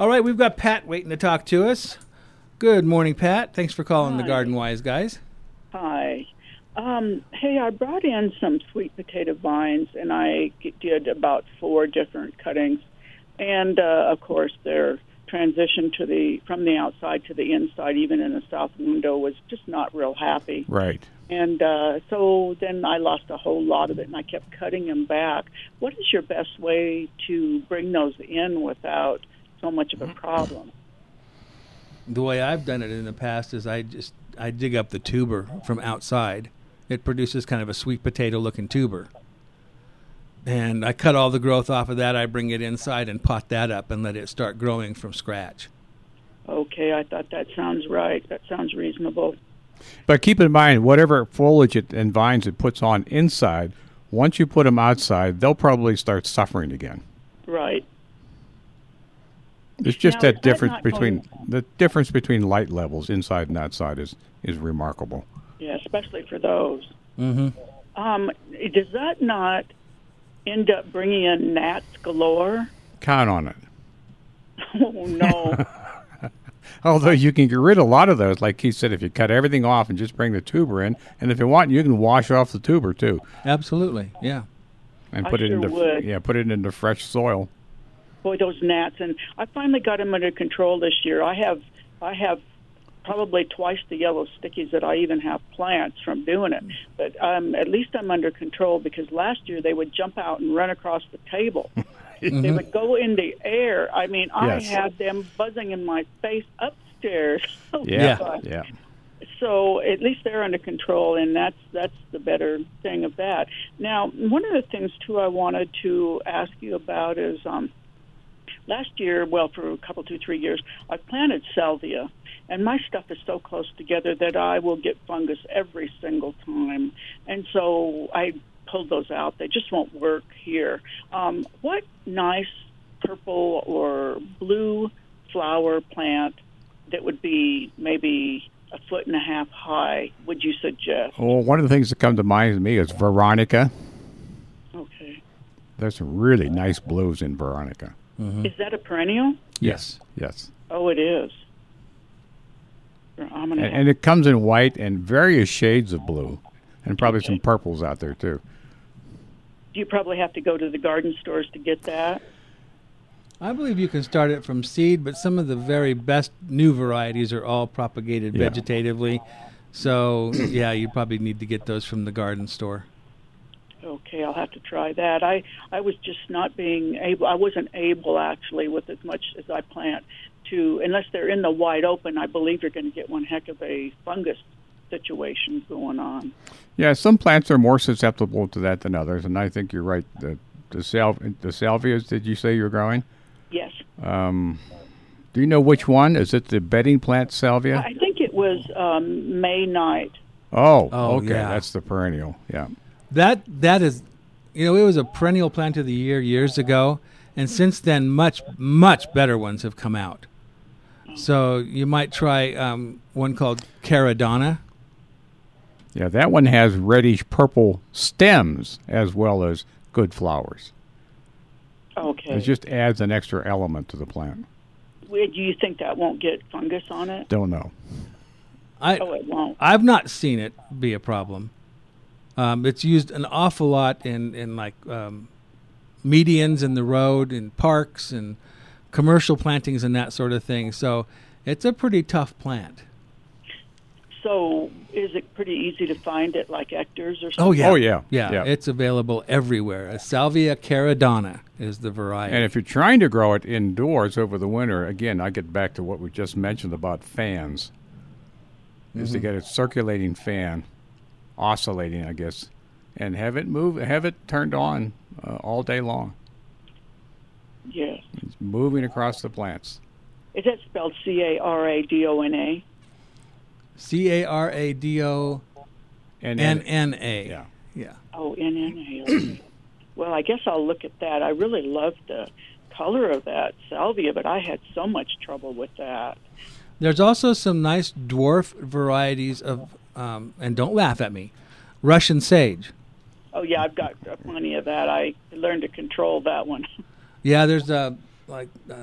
All right, we've got Pat waiting to talk to us. Good morning, Pat. Thanks for calling the Hi. Garden Wise guys. Hi. Um, hey, I brought in some sweet potato vines, and I g- did about four different cuttings, and uh, of course their transition to the from the outside to the inside, even in a south window, was just not real happy. Right. And uh, so then I lost a whole lot of it, and I kept cutting them back. What is your best way to bring those in without so much of a Mm-hmm. problem. the way I've done it in the past is I just I dig up the tuber from outside. It produces kind of a sweet potato looking tuber. And I cut all the growth off of that. I bring it inside and pot that up and let it start growing from scratch. Okay, I thought that sounds right. That sounds reasonable. But keep in mind, whatever foliage it, and vines it puts on inside, once you put them outside, they'll probably start suffering again. Right. It's just Now, that is that difference not between the difference between light levels inside and outside is is remarkable. Yeah, especially for those. Mm-hmm. Um, does that not end up bringing in gnats galore? Count on it. Oh no. Although you can get rid of a lot of those, like Keith said, if you cut everything off and just bring the tuber in, and if you want, you can wash off the tuber too, Absolutely. Yeah. and I put it sure into would. yeah, put it into fresh soil. boy, those gnats! And I finally got them under control this year. I have, I have probably twice the yellow stickies that I even have plants from doing it. But um, at least I'm under control because last year they would jump out and run across the table. They Mhm. would go in the air. I mean, I Yes. had them buzzing in my face upstairs. Oh, Yeah. God. So at least they're under control, and that's that's the better thing of that. Now, one of the things too I wanted to ask you about is um, last year, well, for a couple, two, three years, I planted salvia, and my stuff is so close together that I will get fungus every single time, and so I pulled those out. They just won't work here. Um, what nice purple or blue flower plant that would be maybe a foot and a half high would you suggest? Well, one of the things that come to mind to me is Veronica. Okay. There's some really nice blues in Veronica. Is that a perennial? Yes, yes, Oh, it is. I'm gonna and, have- and it comes in white and various shades of blue, and probably some purples out there too. you probably have to go to the garden stores to get that. I believe you can start it from seed, but some of the very best new varieties are all propagated Yeah. vegetatively. So, yeah, you probably need to get those from the garden store. Okay, I'll have to try that. I I was just not being able. I wasn't able actually with as much as I plant to unless they're in the wide open. I believe you're going to get one heck of a fungus situation going on. Yeah, some plants are more susceptible to that than others, and I think you're right. The the, sal- the salvias, did you say you're growing? Yes. Um, do you know which one? Is it the bedding plant salvia? I I think it was um, May night. oh, Oh, okay, yeah. that's the perennial. Yeah, That that is, you know, it was a perennial plant of the year years ago, and since then, much much better ones have come out. So you might try um, one called Caradonna. yeah, that one has reddish purple stems as well as good flowers. Okay. It just adds an extra element to the plant. Where do you think that won't get fungus on it? Don't know. I, oh, it won't. I've not seen it be a problem. Um, it's used an awful lot in in like um, medians in the road and parks and commercial plantings and that sort of thing. So it's a pretty tough plant. So, is it pretty easy to find at like Ector's or something? Oh yeah. yeah, Yeah. It's available everywhere. A Salvia caradonna is the variety. And if you're trying to grow it indoors over the winter, again, I get back to what we just mentioned about fans. Is to Mhm. get a circulating fan, oscillating, I guess, and have it move, have it turned on uh, all day long. Yes. It's moving across the plants. Is that spelled C A R A D O N A? C A R A D O N N A. Yeah. Yeah. Oh, N N A. well, I guess I'll look at that. I really loved the color of that salvia, but I had so much trouble with that. There's also some nice dwarf varieties of, um, and don't laugh at me, Russian sage. Oh yeah, I've got plenty of that. I learned to control that one. Yeah, there's a like uh,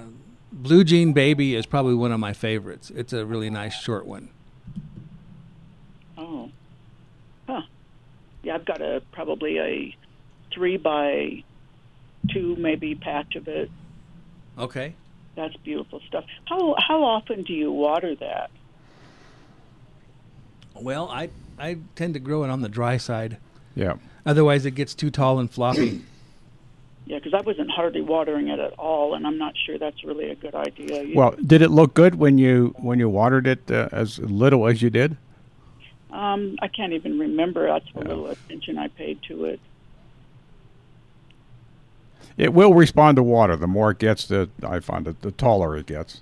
blue jean baby is probably one of my favorites. It's a really nice short one. Oh. Huh. Yeah, I've got a probably a three by two maybe patch of it. Okay. That's beautiful stuff. How how often do you water that? Well, I I tend to grow it on the dry side. Yeah. Otherwise, it gets too tall and floppy. Yeah, because I wasn't hardly watering it at all, and I'm not sure that's really a good idea. You- Well, did it look good when you when you watered it uh, as little as you did? um, I can't even remember. That's how little attention I paid to it. It will respond to water. The more it gets, the I find it the taller it gets.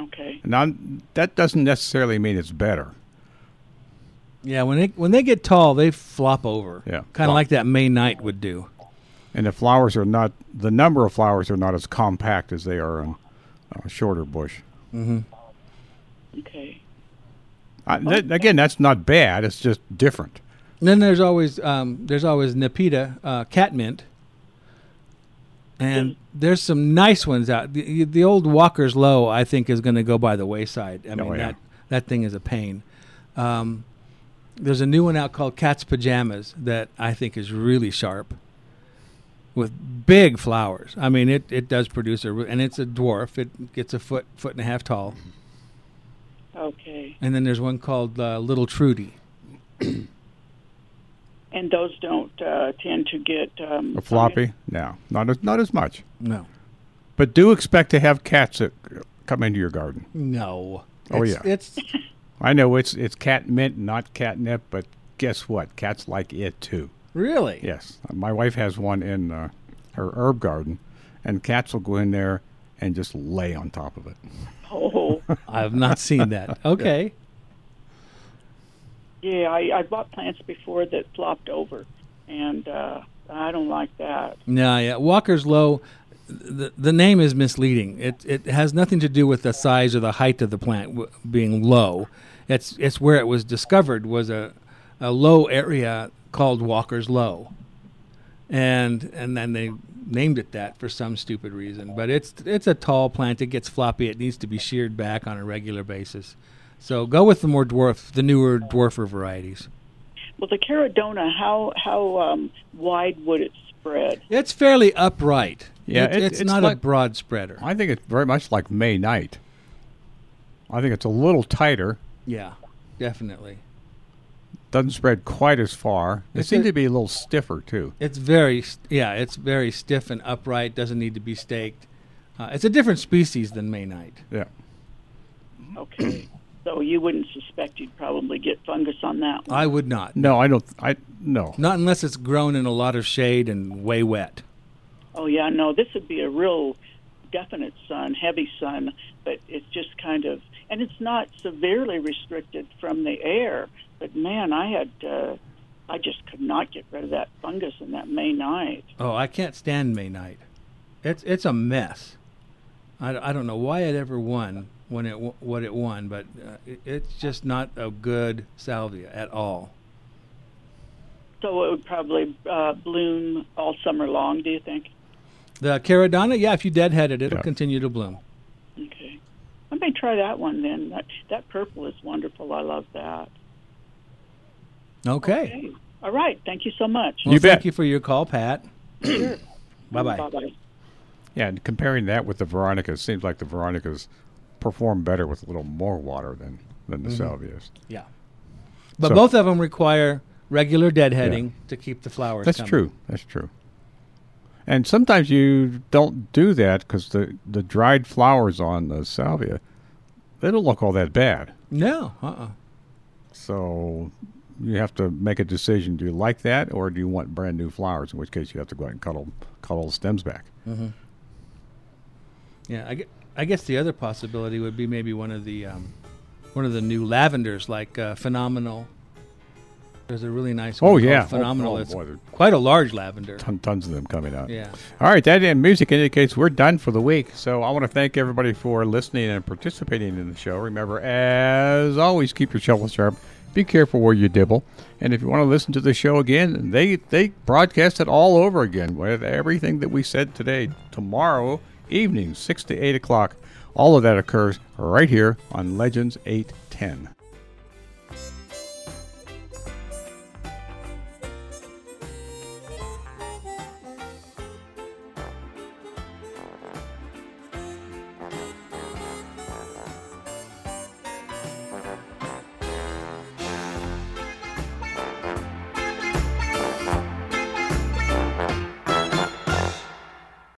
Okay. Now that doesn't necessarily mean it's better. Yeah, when they when they get tall, they flop over. Yeah. kind of like that May night would do. And the flowers are not the number of flowers are not as compact as they are on a shorter bush. Mm-hmm. Okay. I, that- again, that's not bad. It's just different. And then there's always um, there's always Nepeta uh, catmint, and there's some nice ones out. The, the old Walker's Low, I think, is going to go by the wayside. I Oh, mean yeah. that that thing is a pain. Um, there's a new one out called Cat's Pajamas that I think is really sharp, with big flowers. I mean, it, it does produce a re- and it's a dwarf. It gets a foot foot and a half tall. Okay. And then there's one called uh, Little Trudy. And those don't uh, tend to get. Um, A floppy? No, not as not as much. No. But do expect to have cats that come into your garden. No. Oh, It's- yeah. It's I know it's it's cat mint, not catnip, but guess what? Cats like it too. Really? Yes. My wife has one in uh, her herb garden, and cats will go in there and just lay on top of it. Oh. I've not seen that. Okay. Yeah, I, I bought plants before that flopped over, and uh, I don't like that. No, yeah. Walker's Low, the, the name is misleading. It, it has nothing to do with the size or the height of the plant w- being low. It's, it's where it was discovered was a, a low area called Walker's Low. And, and then they named it that for some stupid reason. But it's, it's a tall plant. It gets floppy. It needs to be sheared back on a regular basis. So go with the more dwarf, the newer dwarfer varieties. Well, the carodona, how how um, wide would it spread? It's fairly uh, upright. Yeah, It- it- it's, it's not a like- broad spreader. I think it's very much like May night. I think it's a little tighter. Yeah, definitely. Doesn't spread quite as far. They It's seem a- to be a little stiffer too. It's very s- yeah, it's very stiff and upright. Doesn't need to be staked. Uh, it's a different species than May night. Yeah. Okay, so you wouldn't suspect you'd probably get fungus on that one. I would not. No, I don't. I no. Not unless it's grown in a lot of shade and way wet. Oh yeah, no, this would be a real definite sun, heavy sun, but it's just kind of, and it's not severely restricted from the air. But man, I had, uh, I just could not get rid of that fungus in that May night. Oh, I can't stand May night. It's it's a mess. I, d- I don't know why it ever won when it w- what it won, but uh, it, it's just not a good salvia at all. So it would probably uh, bloom all summer long. Do you think? The Caradonna, yeah, if you deadhead it, it'll continue to bloom. Okay, I may try that one then. That, that purple is wonderful. I love that. Okay. All right, thank you so much. Well, Thank you for your call, Pat. Bye bye. Bye-bye. Yeah, and comparing that with the Veronica, it seems like the Veronicas perform better with a little more water than than the Mhm. salvias. Yeah. But So- both of them require regular deadheading to keep the flowers. That's coming. true. That's true. And sometimes you don't do that because the the dried flowers on the salvia, they don't look all that bad. No. Uh. uh So you have to make a decision: do you like that, or do you want brand new flowers? In which case, you have to go out and cut all cut all the stems back. hmm Yeah. I, gue- I guess the other possibility would be maybe one of the um, one of the new lavenders, like uh, Phenomenal. There's a really nice one. Oh called yeah, Oh, Phenomenal. oh, it's boy, there- quite a large lavender. Ton, tons of them coming out. Yeah. All right, that and music indicates we're done for the week. So I want to thank everybody for listening and participating in the show. Remember, as always, keep your shovel sharp. Be careful where you dibble. And if you want to listen to the show again, they they broadcast it all over again with everything that we said today. Tomorrow evening, six to eight o'clock. All of that occurs right here on Legends eight ten.